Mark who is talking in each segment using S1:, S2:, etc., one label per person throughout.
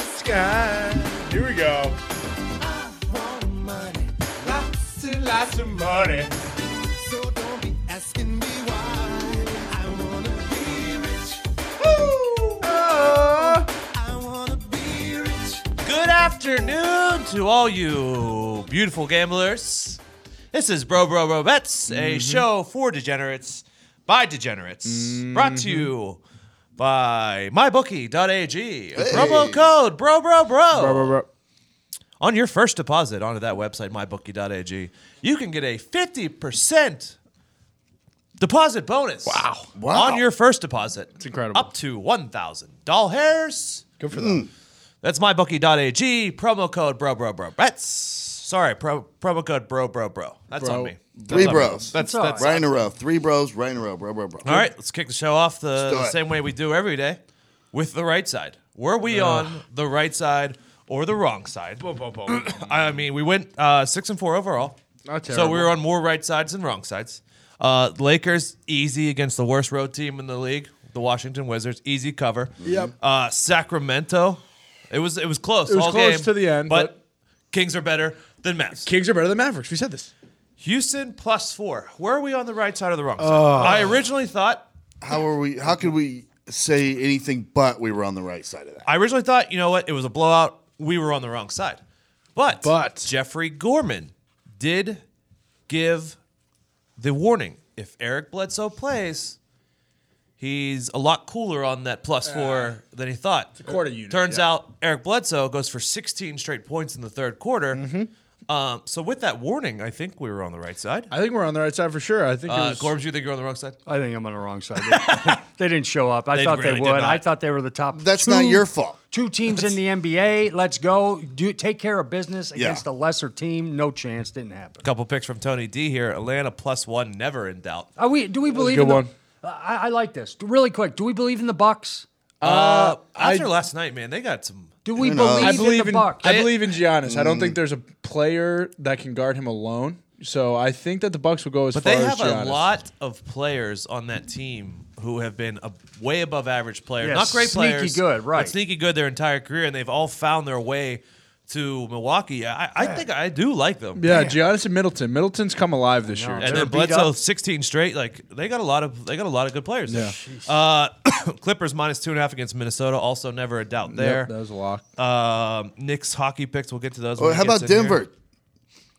S1: sky. Here we go. Lots and lots of money.
S2: So don't be asking me why. I wanna be rich.
S1: Oh.
S2: I wanna be rich.
S3: Good afternoon to all you beautiful gamblers. This is Bro Bro Bro Bets, a show for degenerates by degenerates. Brought to you by mybookie.ag. Promo code bro bro bro. On your first deposit onto that website, mybookie.ag, you can get a 50% deposit bonus. Wow.
S4: Wow.
S3: On your first deposit. It's
S1: incredible.
S3: Up to $1,000 hairs.
S1: Good for them.
S3: That's mybookie.ag. Promo code bro bro bro. That's sorry. Pro, promo code bro bro bro. That's
S1: Bro.
S3: on me.
S4: Three
S3: That's on
S4: bros.
S3: me. That's
S4: right
S3: that's
S4: in a row. Three bros right in a row. Bro, bro, bro.
S3: all right. Let's kick the show off the,
S4: Let's do
S3: the
S4: it.
S3: same way we do every day, with the right side. Were we on the right side or the wrong side? I mean, we went uh, six and four overall.
S1: Not
S3: So we were on more right sides than wrong sides. Uh, Lakers easy against the worst road team in the league, the Washington Wizards. Easy cover.
S1: Yep.
S3: Uh, Sacramento. It was it was close.
S1: It was
S3: all
S1: close
S3: game,
S1: to the end,
S3: but,
S1: but-
S3: Kings are better than Mavs.
S1: Kings are better than Mavericks. We said this.
S3: Houston plus four. Where are we on the right side or the wrong side? I originally thought
S4: How are we? How could we say anything but we were on the right side of that?
S3: I originally thought, you know what, it was a blowout. We were on the wrong side. But,
S1: But-
S3: Jeffrey Gorman did give the warning. If Eric Bledsoe plays, he's a lot cooler on that plus four than he thought. It's a
S1: quarter unit,
S3: Turns
S1: yeah.
S3: out Eric Bledsoe goes for 16 straight points in the third quarter. Um, so with that warning, I think we were on the right side.
S1: Mm-hmm. I think we're on the right side for sure. I think it
S3: Uh,
S1: was.
S3: Gorms, you think you're on the wrong side?
S5: I think I'm on the wrong side. They, they didn't show up. I
S3: They
S5: thought they
S3: really did
S5: would.
S3: not.
S5: I thought they were the top.
S4: That's
S5: two,
S4: not your fault.
S5: Two teams in the NBA. Let's go. Do take care of business
S4: Yeah.
S5: against a lesser team. No chance. Didn't happen.
S3: couple picks from Tony D here. Atlanta plus one, never in doubt.
S5: Are we? Do we believe?
S1: good
S5: in the,
S1: one.
S5: I, I like this. Really quick. Do we believe in the Bucks?
S3: Uh,
S1: I-
S3: after last night, man, they got some.
S5: Do we
S4: Who knows?
S5: believe,
S1: I believe
S5: in the
S1: in
S5: Bucks?
S1: I believe in Giannis. I don't think there's a player that can guard him alone. So I think that the Bucks will go as
S3: But
S1: far
S3: they
S1: as
S3: have a
S1: Giannis.
S3: lot of players on that team who have been a way above average players,
S5: Yeah,
S3: not great
S5: sneaky
S3: players,
S5: good, right.
S3: But sneaky good their entire career, and they've all found their way to Milwaukee. I, I think I do like them.
S1: Yeah, Giannis and Middleton. Middleton's come alive this year.
S3: and
S5: They're
S3: then
S5: beat
S3: Bledsoe
S5: up.
S3: 16 straight. Like they got a lot of they got a lot of good players.
S1: Yeah.
S3: Uh, Clippers minus two and a half against Minnesota. Also, never a doubt there.
S1: Yep, that was a lock.
S3: um, Knicks hockey picks. We'll get to those.
S4: Oh,
S3: when
S4: how
S3: he gets
S4: about
S3: in here.
S4: Denver?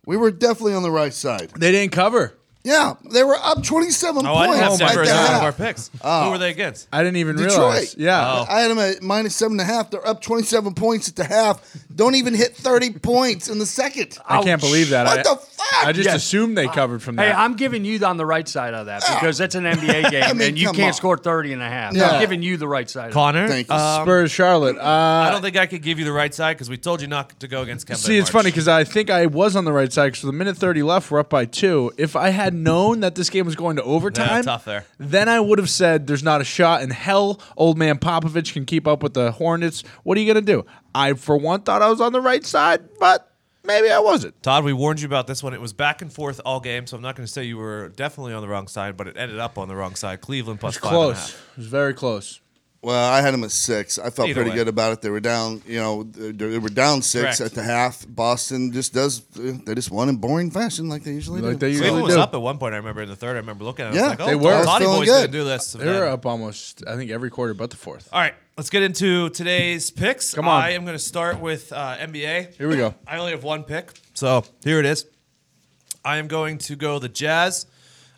S4: We were definitely on the right side.
S1: They didn't cover.
S4: Yeah, they were up 27
S3: Oh, I
S4: points.
S3: didn't have
S4: at
S3: Denver as
S4: the
S3: one of
S4: half.
S3: our picks. Who were they against?
S1: I didn't even
S4: Detroit.
S1: realize. Yeah.
S4: I had them at minus seven and a half. They're up 27 points at the half. Don't even hit 30 points in the second.
S1: I can't believe that.
S4: What
S1: I,
S4: the fuck?
S1: I just
S5: Yes.
S1: assumed they covered from that.
S5: Hey, I'm giving you on the right side of that because it's an NBA game
S4: mean,
S5: and you
S4: come
S5: can't
S4: on.
S5: score 30 and a half.
S4: Yeah.
S5: I'm giving you the right side. Of
S3: Connor,
S4: Thank you.
S3: um,
S1: Spurs, Charlotte. Uh,
S3: I don't think I could give you the right side because we told you not to go against Kemba.
S1: See, it's funny because I think I was on the right side. Because the minute thirty left, we're up by two. If I had known that this game was going to overtime,
S3: tough there.
S1: then I would have said, "There's not a shot in hell." Old man Popovich can keep up with the Hornets. What are you gonna do? I, for one, thought I was on the right side, but maybe I wasn't.
S3: Todd, we warned you about this one. It was back and forth all game, so I'm not going to say you were definitely on the wrong side, but it ended up on the wrong side. Cleveland plus five and a
S1: Close.
S3: half.
S1: It was very close.
S4: Well, I had them at six. I felt
S3: Either
S4: pretty
S3: way.
S4: good about it. They were down, you know, they they were down six
S3: Correct.
S4: at the half. Boston just does, they just won in boring fashion like they usually
S1: Like
S4: do.
S1: they
S3: Cleveland
S1: usually
S3: was
S1: do.
S3: up at one point. I remember in the third. I remember looking at it. I
S4: Yeah,
S3: was like, oh,
S4: they
S1: were. I was
S3: Toddy
S4: feeling
S3: Boy's
S4: good.
S3: going to do this.
S1: They were
S3: Then-
S1: up almost. I think every quarter but the fourth.
S3: All right, let's get into today's picks. Come
S1: on.
S3: I am going to start with uh, NBA.
S1: Here we go.
S3: I only have one pick, so here it is. I am going to go the Jazz.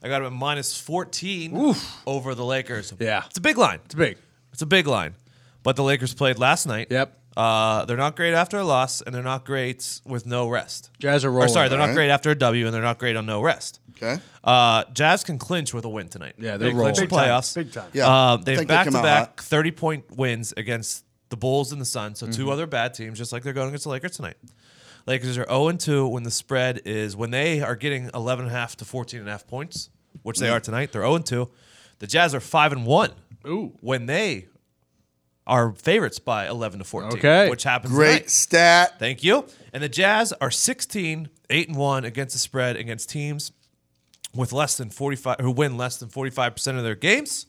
S3: I got them at minus 14 over the Lakers.
S1: Yeah.
S3: It's a big line.
S1: It's big.
S3: It's a big line. But the Lakers played last night.
S1: Yep.
S3: Uh, they're not great after a loss, and they're not great with no rest.
S1: Jazz are
S3: Or
S1: rolling.
S3: sorry, they're not
S4: right?
S3: great after a W, and they're not great on no rest.
S4: okay.
S3: Uh, Jazz can clinch with a win tonight.
S1: Yeah,
S3: they
S1: they're
S3: clinch the
S1: rolling. Big
S5: time,
S3: playoffs.
S5: big time.
S4: Yeah,
S3: Uh,
S4: I think
S3: they've
S4: they
S3: back
S4: come
S3: to
S4: out
S3: back
S4: hot.
S3: thirty point wins against the Bulls and the Suns, so
S4: Mm-hmm.
S3: two other bad teams, just like they're going against the Lakers tonight. Lakers are 0 2 when the spread is when they are getting 11.5 to 14.5 points, which
S4: Mm.
S3: they are tonight. They're 0 2. The Jazz are 5 and 1
S1: Ooh.
S3: when they are favorites by 11 to 14,
S1: Okay.
S3: which happens
S4: Great
S3: tonight.
S4: stat.
S3: Thank you. And the Jazz are 16, 8 and 1 against the spread against teams with less than 45 who win less than 45% of their games.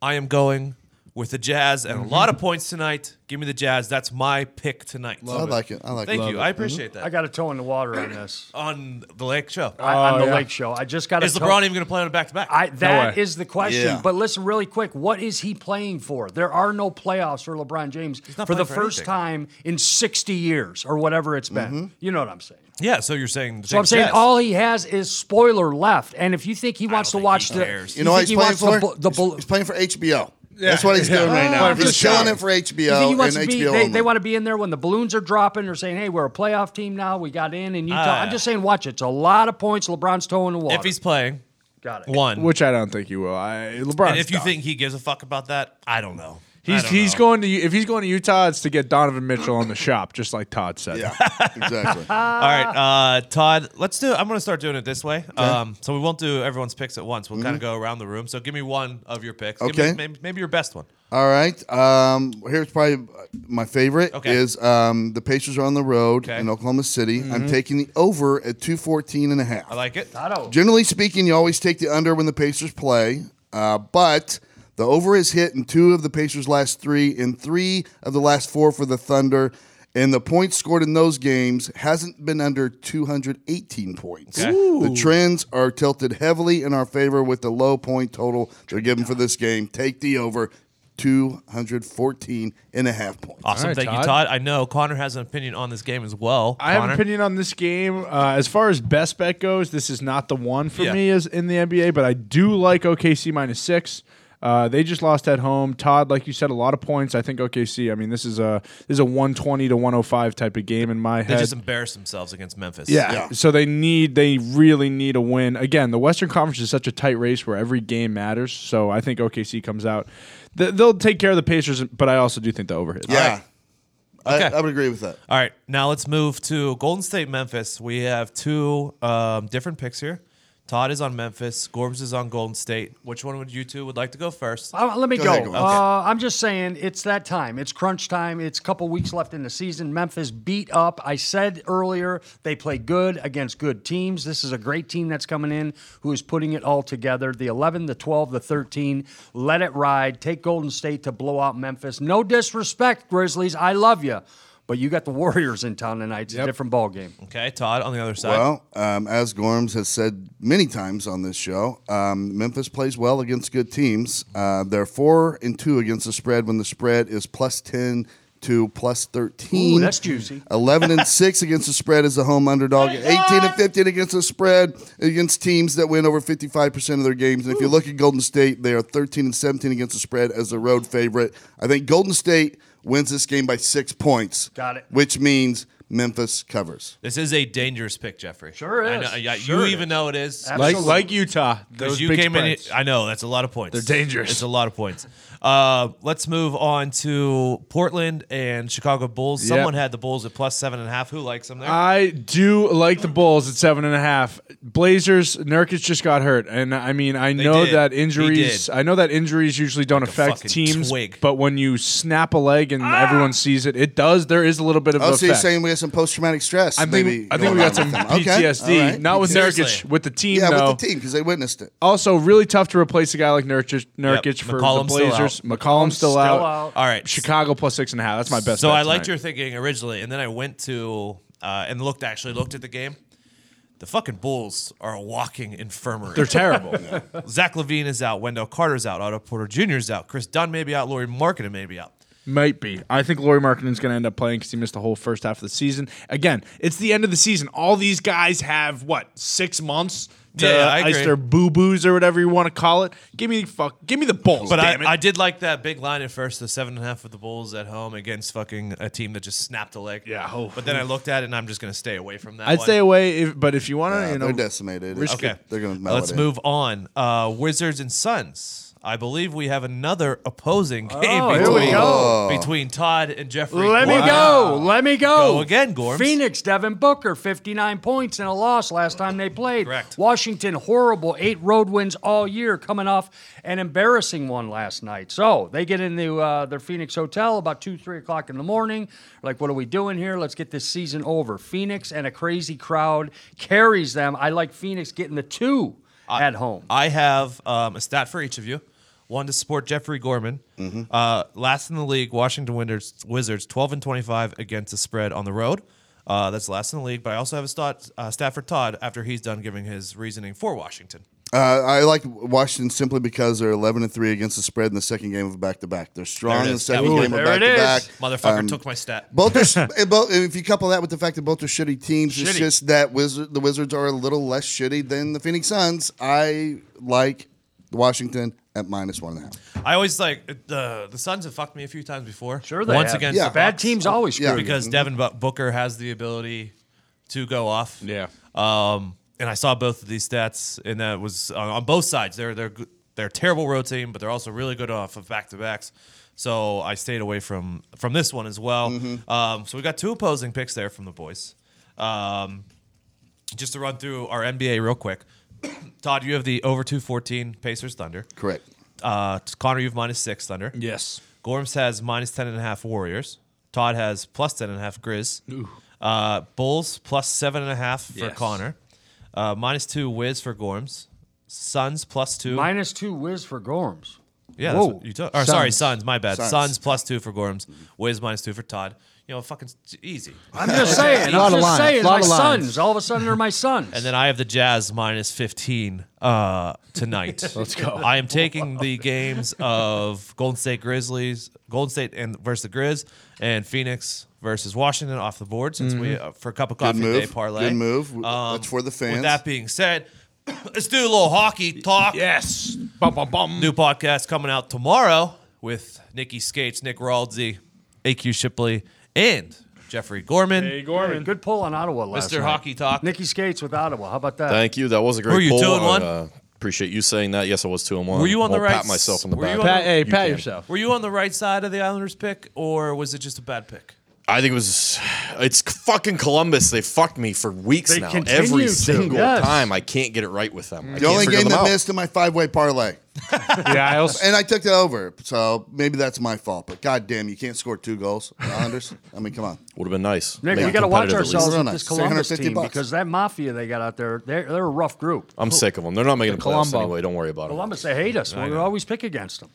S3: I am going with the Jazz and a lot of points tonight. Give me the Jazz. That's my pick tonight.
S4: I like it. I like
S3: Thank
S4: it. Mm-hmm.
S3: you. I appreciate that.
S5: I got a toe in the water on this.
S3: on the Lake Show.
S5: I, on the
S1: yeah.
S5: Lake Show. I just got
S3: Oh, Is
S5: a
S3: LeBron
S5: Toe-
S3: even going to play on a back to
S5: I,
S3: back?
S5: that
S1: way.
S5: is the question.
S4: Yeah.
S5: But listen, really quick, what is he playing for? There are no playoffs for LeBron James
S3: not
S5: for the
S3: playing for
S5: first
S3: anything.
S5: time in 60 years or whatever it's been.
S4: Mm-hmm.
S5: You know what I'm saying.
S3: Yeah, so you're saying the
S5: So I'm
S3: Jazz.
S5: saying all he has is spoiler left, and if you think he wants to
S3: don't think
S5: watch
S3: he
S5: the,
S3: cares.
S4: You know what
S5: think
S4: he's
S5: he
S4: playing
S5: wants
S4: for?
S5: the, bu- the
S4: he's,
S5: bul-
S4: he's playing for HBO. That's what he's
S1: yeah.
S4: doing right now.
S1: Playing for
S4: He's
S1: the
S4: showing
S1: show.
S4: it for
S5: You
S4: HBO
S5: think he
S4: and
S5: wants
S4: HBO
S5: to be,
S4: only.
S5: they, they want to be in there when the balloons are dropping. They're saying, "Hey, we're a playoff team now. We got in in Utah." I'm
S3: Ah.
S5: just saying, watch it. It's a lot of points. LeBron's toe in the water.
S3: if he's playing,
S5: got it.
S3: one.
S1: Which I don't think he will. I LeBron.
S3: and if you think he gives a fuck about that, I don't know. I
S1: he's
S3: don't
S1: he's
S3: know.
S1: going to if he's going to Utah, it's to get Donovan Mitchell on the shop, just like Todd said.
S4: yeah, exactly.
S3: All right, uh, Todd. Let's do. I'm going to start doing it this way. Um, so we won't do everyone's picks at once. We'll kind of go around the room. So give me one of your picks. Give me-
S4: Okay.
S3: maybe, maybe your best one.
S4: All right. Um, here's probably my favorite
S3: Okay.
S4: is um, the Pacers are on the road
S3: Okay. Mm-hmm.
S4: in Oklahoma City. I'm taking the over at 214 and a half.
S3: I like it.
S5: Otto.
S4: Generally speaking, you always take the under when the Pacers play, uh, but the over is hit in two of the Pacers' last three and three of the last four for the Thunder. And the points scored in those games hasn't been under 218 points.
S3: Okay.
S4: The trends are tilted heavily in our favor with the low point total they're given for this game. Take the over 214 and a half points.
S3: Awesome.
S1: All right,
S3: Thank you,
S1: Todd.
S3: Todd. I know Connor has an opinion on this game as well.
S1: I have an
S3: Connor?
S1: opinion on this game. Uh, as far as best bet goes, this is not the one for
S3: Yeah.
S1: me as in the NBA, but I do like OKC minus six. Uh, they just lost at home. Todd, like you said, a lot of points. I think OKC. I mean, this is a this is a one twenty to one hundred five type of game in my
S3: They
S1: head.
S3: just embarrassed themselves against Memphis.
S1: Yeah.
S4: Yeah.
S1: So they need they really need a win. Again, the Western Conference is such a tight race where every game matters. So I think OKC comes out. Th- They'll take care of the Pacers, but I also do think the overhit.
S4: Yeah.
S3: Okay.
S4: I, I would agree with that.
S3: All right, now let's move to Golden State Memphis. We have two um, different picks here. Todd is on Memphis. Gorbs is on Golden State. Which one would you two would like to go first?
S5: Uh, let me
S4: Go
S5: go.
S4: ahead, go.
S5: Uh, I'm just saying it's that time. It's crunch time. It's a couple weeks left in the season. Memphis beat up. I said earlier they play good against good teams. This is a great team that's coming in who is putting it all together. The 11, the 12, the 13. Let it ride. Take Golden State to blow out Memphis. No disrespect, Grizzlies. I love you. But you got the Warriors in town tonight. It's a different ballgame.
S3: Okay, Todd on the other side.
S4: Well, um, as Gorms has said many times on this show, um, Memphis plays well against good teams. Uh, they're four and two against the spread when the spread is plus ten to plus thirteen.
S5: Ooh, that's juicy.
S4: Eleven and six against the spread is the home underdog. Eighteen and fifteen against the spread against teams that win over fifty-five percent of their games. And if you look at Golden State, they are thirteen and seventeen against the spread as the road favorite. I think Golden State wins this game by six points.
S5: Got it.
S4: Which means Memphis covers.
S3: This is a dangerous pick, Jeffrey.
S5: Sure
S3: I
S5: is.
S3: know- yeah,
S5: Sure
S3: you
S5: it
S3: even
S5: is.
S3: know it is.
S1: Like
S5: Absolutely.
S1: like Utah,
S3: Because
S1: those
S3: you
S1: big
S3: came
S1: spreads.
S3: in. I know that's a lot of points.
S1: They're dangerous.
S3: It's a lot of points. Uh, let's move on to Portland and Chicago Bulls.
S1: Yep. Uh,
S3: Someone had the Bulls at plus seven and a half. Who likes them there?
S1: I do like the Bulls at seven and a half. Blazers, Nurkic just got hurt, and I mean I know
S3: did.
S1: that
S3: He
S1: injuries.
S3: did.
S1: I know that injuries usually don't
S3: a
S1: affect
S3: fucking
S1: teams,
S3: twig.
S1: but when you snap a leg and everyone sees it, it does. There is a little bit of.
S4: Oh, so you're
S1: effect.
S4: saying we got some post traumatic stress?
S1: I think
S4: maybe
S1: I think
S4: going
S1: we got
S4: on
S1: some
S4: with them. Okay,
S1: PTSD.
S4: all right.
S1: Not with Nurkic,
S3: Seriously.
S1: with the team
S4: yeah,
S1: though.
S4: with the team because they witnessed it.
S1: Also, really tough to replace a guy like Nurkic, Nurkic for
S3: McCollum's
S1: the
S3: still
S1: Blazers. McCollum's still,
S5: still
S1: out.
S5: out.
S3: All right.
S1: Chicago plus six and a half. That's my best.
S3: So
S1: bet
S3: I liked your
S1: tonight.
S3: thinking originally, and then I went to uh, and looked actually looked at the game. The fucking Bulls are a walking infirmary.
S1: They're terrible.
S3: Zach Levine is out, Wendell Carter's out, Otto Porter Jr. is out, Chris Dunn may be out, Laurie Marketing may be out.
S1: Might be. I think Laurie Markkinen's going to end up playing because he missed the whole first half of the season. Again, it's the end of the season. All these guys have what six months to
S3: Yeah, I
S1: ice
S3: agree.
S1: their boo boos or whatever you want to call it. Give me the fuck. Give me the Bulls.
S3: But
S1: damn it.
S3: I, I did like that big line at first, the seven and a half of the Bulls at home against fucking a team that just snapped a leg.
S1: Yeah, oh.
S3: But then I looked at it, and I'm just gonna stay away from that.
S1: I'd
S3: one.
S1: stay away. If, but if you want to,
S4: Yeah,
S1: you know,
S4: Uh, they're decimated.
S1: risk
S3: Okay, Uh,
S4: They're going to.
S3: Let's move on. Uh, Wizards and Suns. I believe we have another opposing game
S5: here we
S3: between,
S4: go.
S3: between Todd and Jeffrey.
S5: Let me go. Let me go.
S3: Go again, Gorms.
S5: Phoenix, Devin Booker, 59 points in a loss last time they played.
S3: Correct.
S5: Washington, horrible. Eight road wins all year, coming off an embarrassing one last night. So they get into uh, their Phoenix hotel about 2, 3 o'clock in the morning. Like, what are we doing here? Let's get this season over. Phoenix and a crazy crowd carries
S3: Uh,
S5: them. I like Phoenix getting the two at home.
S3: I have um, a stat for each of you. One to support Jeffrey Gorman.
S4: Mm-hmm.
S3: Uh, last in the league, Washington Wizards, Wizards, 12 and 25 against the spread on the road. Uh, that's last in the league. But I also have a stat, uh, Stafford Todd after he's done giving his reasoning for Washington.
S4: Uh, I like Washington simply because they're eleven and three against the spread in the second game of back to back. They're
S3: There
S4: strong
S3: it
S4: in the
S3: is.
S4: second
S3: That was
S4: game
S3: my-
S4: of
S5: There
S4: back
S5: it
S4: to back.
S5: is.
S3: Motherfucker
S4: Um,
S3: took my stat.
S4: Both are, s- and both, if you couple that with the fact that both are shitty teams, it's
S5: Shitty.
S4: just that wizard, the Wizards are a little less shitty than the Phoenix Suns. I like Washington at minus one and a half.
S3: I always like the the Suns have fucked me a few times before.
S5: Sure they
S3: once
S5: have.
S3: again,
S4: Yeah.
S5: Bad teams always screw
S4: Yeah. Mm-hmm.
S5: you.
S3: because Devin Bu- Booker has the ability to go off.
S1: Yeah.
S3: Um, and I saw both of these stats, and that was on, on both sides. They're they're good- they're a terrible road team, but they're also really good off of back to backs. So I stayed away from from this one as well. Um, so we got two opposing picks there from the boys. Um, just to run through our NBA real quick. Todd, you have the over 214 Pacers Thunder.
S4: Correct.
S3: Uh, Connor, you have minus six Thunder.
S1: Yes.
S3: Gorms has minus 10.5 Warriors. Todd has plus 10.5 Grizz. Uh, Bulls plus 7.5 for
S1: Yes.
S3: Connor. Uh, minus 2 Wiz for Gorms. Suns plus 2.
S5: Minus two whiz for Gorms.
S3: yeah, that's
S5: Whoa.
S3: what you took. Or, sorry,
S4: Suns.
S3: Suns, my bad.
S4: Suns.
S3: Suns. plus 2 for Gorms. Wiz minus 2 for Todd. You know, fucking s- easy.
S5: I'm just saying. I'm
S6: Lot of
S5: just
S6: lines,
S5: saying.
S6: lot
S5: My
S6: of lines.
S5: sons. All of a sudden, they're my sons.
S3: And then I have the Jazz minus 15 uh, tonight. Let's go. I am taking the games of Golden State Grizzlies, Golden State and versus the Grizz, and Phoenix versus Washington off the board since we uh, for a cup of coffee
S4: move.
S3: day parlay. Um,
S4: Mm-hmm. Good move. W- That's for the fans.
S3: With that being said, let's do a little hockey talk.
S1: Yes. Bum bum bum.
S3: New podcast coming out tomorrow with Nikki Skates, Nick Raldsey, AQ Shipley, and Jeffrey Gorman.
S1: Hey Gorman.
S5: good pull on Ottawa last
S3: Mr.
S5: night.
S3: Hockey Talk.
S5: Nikki Skates with Ottawa. How about that?
S7: Thank you. That was a great.
S3: Were you
S7: poll.
S3: two and one?
S7: Uh, appreciate you saying that. Yes, I was two and one.
S3: Were you on the
S7: I'll
S3: right
S7: Pat myself on the
S3: s- were
S7: back.
S3: you on the-
S6: hey,
S7: You
S6: pat
S7: can.
S6: yourself.
S3: Were you on the right side of the Islanders pick, or was it just a bad pick?
S7: I think it was. It's fucking Columbus. They fucked me for weeks
S5: They
S7: now.
S5: continue
S7: Every
S5: to,
S7: single
S5: yes.
S7: time, I can't get it right with them. I
S4: the only game that
S7: that
S4: missed in my five way parlay,
S1: Yeah, I also
S4: and I took the over. So maybe that's my fault. But goddamn, you can't score two goals, Islanders. I mean, come on.
S7: would have been nice.
S5: Nick,
S7: Make
S5: we
S7: it
S5: got to watch
S7: competitive at least.
S5: ourselves with
S4: Arizona,
S5: this Columbus
S4: 650
S5: team
S4: bucks.
S5: because that mafia they got out there, they're, they're a rough group.
S7: I'm sick of them. They're not making the playoffs
S6: Colombo.
S7: anyway. Don't worry about it.
S5: Columbus, they hate us. We always pick against them.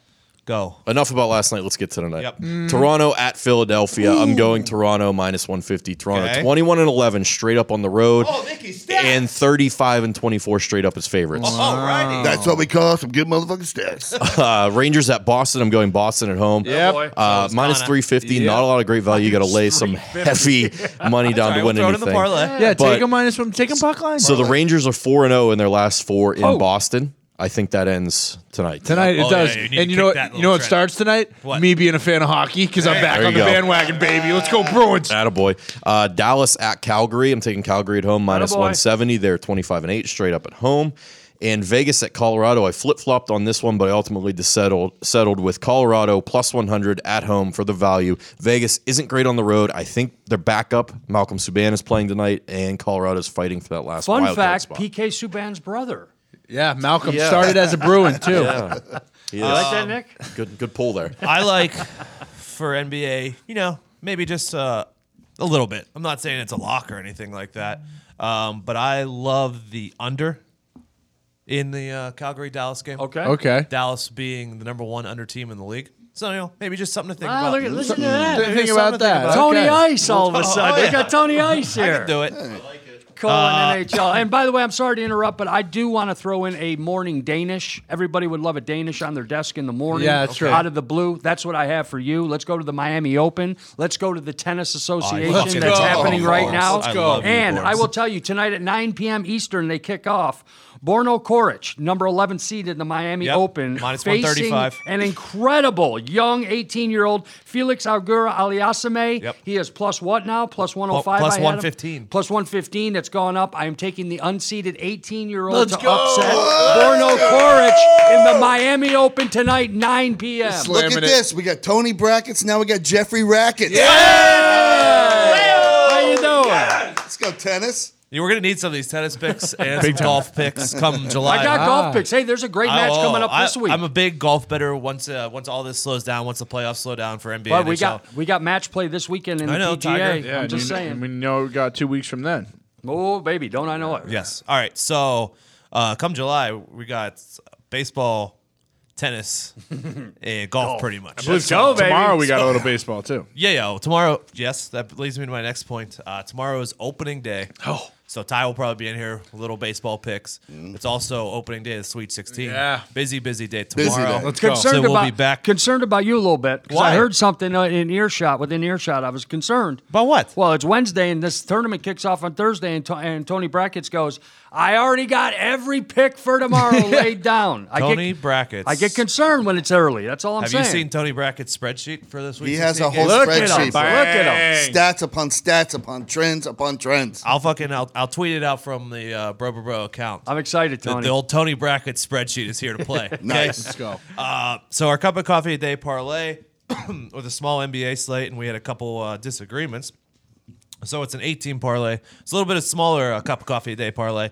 S3: Go.
S7: Enough about last night. Let's get to tonight. Mm.
S3: Yep.
S5: Mm.
S7: Toronto at Philadelphia. I'm going Toronto minus 150. Toronto
S3: Okay.
S7: 21 and 11 straight up on the road,
S3: Oh, Mickey, stats.
S7: and 35 and 24 straight up as favorites.
S5: Oh.
S3: Alrighty.
S4: That's what we call some good motherfucking stats.
S7: Uh, Rangers at Boston. I'm going Boston at home.
S1: Yep.
S5: boy.
S7: Uh,
S3: So
S7: minus
S3: it's kinda-
S7: 350. Not a lot of great value. You got to lay some heavy money down
S3: Sorry,
S7: to
S3: we'll
S7: win
S3: throw it in
S7: anything.
S3: the parlay.
S1: Yeah,
S7: But-
S1: take a minus one. Take a puck line.
S7: so the Rangers are 4 and 0 in their last four in
S1: Oh.
S7: Boston. I think that ends tonight.
S1: Tonight it
S3: Oh,
S1: does,
S3: yeah, you need to
S1: and you
S3: kick
S1: know
S3: that
S1: what? You know what
S3: little
S1: starts tonight?
S3: What?
S1: Me being a fan of hockey because I'm back
S7: There
S1: on
S7: you
S1: the
S7: go.
S1: bandwagon, baby. Let's go Bruins.
S7: Attaboy. Uh, Dallas at Calgary. I'm taking Calgary at home, minus
S5: Attaboy.
S7: 170. They're 25 and 8 straight up at home. And Vegas at Colorado. I flip flopped on this one, but I ultimately just settled, settled with Colorado plus 100 at home for the value. Vegas isn't great on the road. I think their backup, Malcolm Subban, is playing tonight, and Colorado's fighting for that last
S5: Fun
S7: wild card
S5: fact
S7: spot.
S5: PK Subban's brother.
S1: Yeah, Malcolm
S7: Yeah.
S1: started as a Bruin too.
S7: He
S3: Uh,
S5: You
S7: is.
S5: like that, Nick?
S7: good, good pull there.
S3: I like for NBA, you know, maybe just uh, a little bit. I'm not saying it's a lock or anything like that, um, but I love the under in the uh, Calgary Dallas game.
S5: Okay.
S1: Okay.
S3: Dallas being the number one under team in the league. So, you know, maybe just something to think
S5: Ah,
S3: about. Oh,
S5: look at, listen to that.
S1: Didn't think about that.
S5: Tony
S1: Okay.
S5: Ice all of a sudden.
S3: yeah.
S5: They got Tony Ice here.
S3: I can do it.
S5: Calling
S3: Uh,
S5: NHL. And by the way, I'm sorry to interrupt, but I do want to throw in a morning Danish. Everybody would love a Danish on their desk in the morning.
S1: Yeah, that's right.
S5: Out of the blue. That's what I have for you. Let's go to the Miami Open. Let's go to the Tennis Association
S3: fucking
S5: that's
S3: love
S5: happening
S3: you,
S5: right
S3: Boris.
S5: now.
S3: Let's I go. love you,
S5: And
S3: Boris.
S5: I will tell you, tonight at 9 p.m. Eastern, they kick off. Borno Koric, number 11 seed in the Miami
S3: Yep.
S5: Open,
S3: Minus
S5: facing
S3: 135.
S5: an incredible young 18-year-old Felix Augura Aliasame.
S3: Yep.
S5: He is plus what now? Plus 105.
S3: Plus
S5: I had him.
S3: 115.
S5: Plus 115 that's gone up. I am taking the unseeded 18 year old
S1: Let's
S5: to
S1: go!
S5: upset Borno Koric in the Miami Open tonight, 9 p.m.
S4: Look at
S1: Slamming it.
S4: this. We got Tony brackets. Now we got Jeffrey rackets.
S5: How you doing?
S4: Let's go tennis.
S3: You were going to need some of these tennis picks and some golf picks come July.
S5: I got golf picks. Hey, there's a great match
S3: Oh,
S5: coming up
S3: I-
S5: this week.
S3: I'm a big golf better. Once uh, once all this slows down, once the playoffs slow down for NBA,
S5: but we
S3: NHL.
S5: got we got match play this weekend in
S3: I
S5: the
S3: know,
S5: PGA.
S3: Tiger.
S1: Yeah,
S5: I'm
S1: and
S5: just
S1: you-
S5: saying.
S1: We know we got two weeks from then.
S5: oh, baby, don't I know it?
S3: yes. All right. So uh, come July, we got baseball, tennis, and golf, pretty much.
S5: go, baby.
S1: Tomorrow we got a little baseball too.
S3: Yeah, yeah. well, tomorrow, yes, that leads me to my next point. Uh, tomorrow is opening day. Oh. So Ty will probably be in here, little baseball picks. It's also opening day of the Sweet 16.
S1: Yeah.
S3: Busy, busy day
S4: day.
S3: tomorrow.
S1: Let's go.
S5: Concerned
S3: So we'll
S5: about
S3: be back.
S5: concerned about you a little bit because
S3: Why?
S5: I heard something uh, in earshot within earshot. I was concerned.
S3: About what?
S5: Well, it's Wednesday and this tournament kicks off on Thursday, and, to- and Tony Brackets goes, "I already got every pick for tomorrow laid down." I
S3: Tony
S5: get,
S3: Brackets.
S5: I get concerned when it's early. That's all I'm
S3: Have
S5: saying.
S3: you seen Tony Bracket's spreadsheet for this week?
S4: He has a whole
S5: Look at him!
S4: spreadsheet.
S5: Look at him!
S4: stats upon stats upon trends upon trends.
S3: I'll fucking I'll, I'll tweet it out from the uh, Bro Bro Bro account.
S5: I'm excited,
S3: The,
S5: Tony.
S3: the old Tony Brackett spreadsheet is here to play. okay?
S4: Nice.
S1: Let's go.
S3: Uh, so our cup of coffee a day parlay with a small NBA slate, and we had a couple uh, disagreements. So it's an 18 parlay. It's a little bit of smaller uh, cup of coffee a day parlay.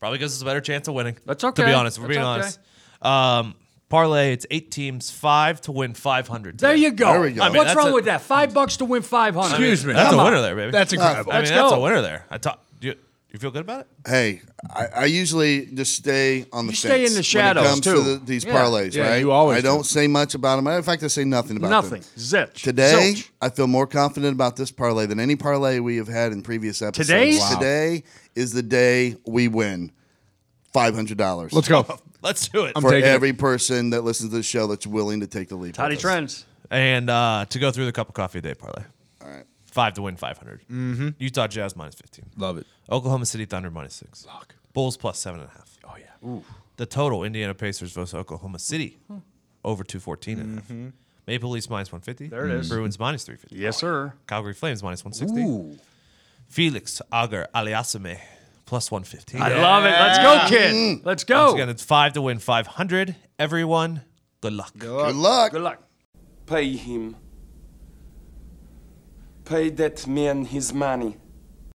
S3: Probably gives us a better chance of winning.
S5: That's
S3: To
S5: okay.
S3: be honest, if we're
S5: That's
S3: being
S5: okay.
S3: honest. Um, parlay. It's eight teams, five to win 500.
S5: there
S3: today.
S5: you go.
S4: There we go. I mean,
S5: What's
S3: that's
S5: wrong
S3: a-
S5: with that? Five bucks to win five hundred.
S1: Excuse me.
S3: That's
S1: Come
S3: a
S1: on.
S3: winner there, baby.
S1: That's incredible.
S3: I mean,
S5: Let's
S3: that's
S5: go.
S3: a winner there. I talk. Do you, you feel good about it?
S4: Hey, I, I usually just stay on the
S5: You
S4: fence
S5: stay in the shadows,
S4: when it comes
S5: too.
S4: to the, these
S5: Yeah.
S4: parlays.
S1: Yeah,
S4: right?
S1: you always
S4: I don't
S1: do.
S4: say much about them. In fact, I say nothing about them.
S5: Nothing. Zilch.
S4: Today,
S5: Zilch.
S4: I feel more confident about this parlay than any parlay we have had in previous episodes.
S5: Today's- Wow.
S4: Today is the day we win five hundred dollars.
S1: Let's go.
S3: Let's do it.
S1: I'm
S4: for
S1: taking it.
S4: every person that listens to the show that's willing to take the leap.
S5: Toddy
S4: with us.
S5: Trends.
S3: and uh, to go through the cup of coffee a day parlay.
S4: All right.
S3: Five to win 500. Mm-hmm. Utah Jazz minus 15.
S1: Love it.
S3: Oklahoma City Thunder minus six. Bulls plus seven and a half. Oh, yeah. The total Indiana Pacers versus Oklahoma City
S5: Hmm.
S3: over 214 and a half. Maple Leafs minus 150. There
S5: it is.
S3: Bruins minus 350.
S5: Yes, sir.
S3: Calgary Flames minus 160. Felix Auger Aliasame plus 115.
S5: I love it. Let's go,
S4: Mm.
S5: kid. Let's go.
S3: Once again, it's five to win 500. Everyone, good luck.
S4: Good luck.
S5: Good luck.
S6: Pay him. Pay that man his money.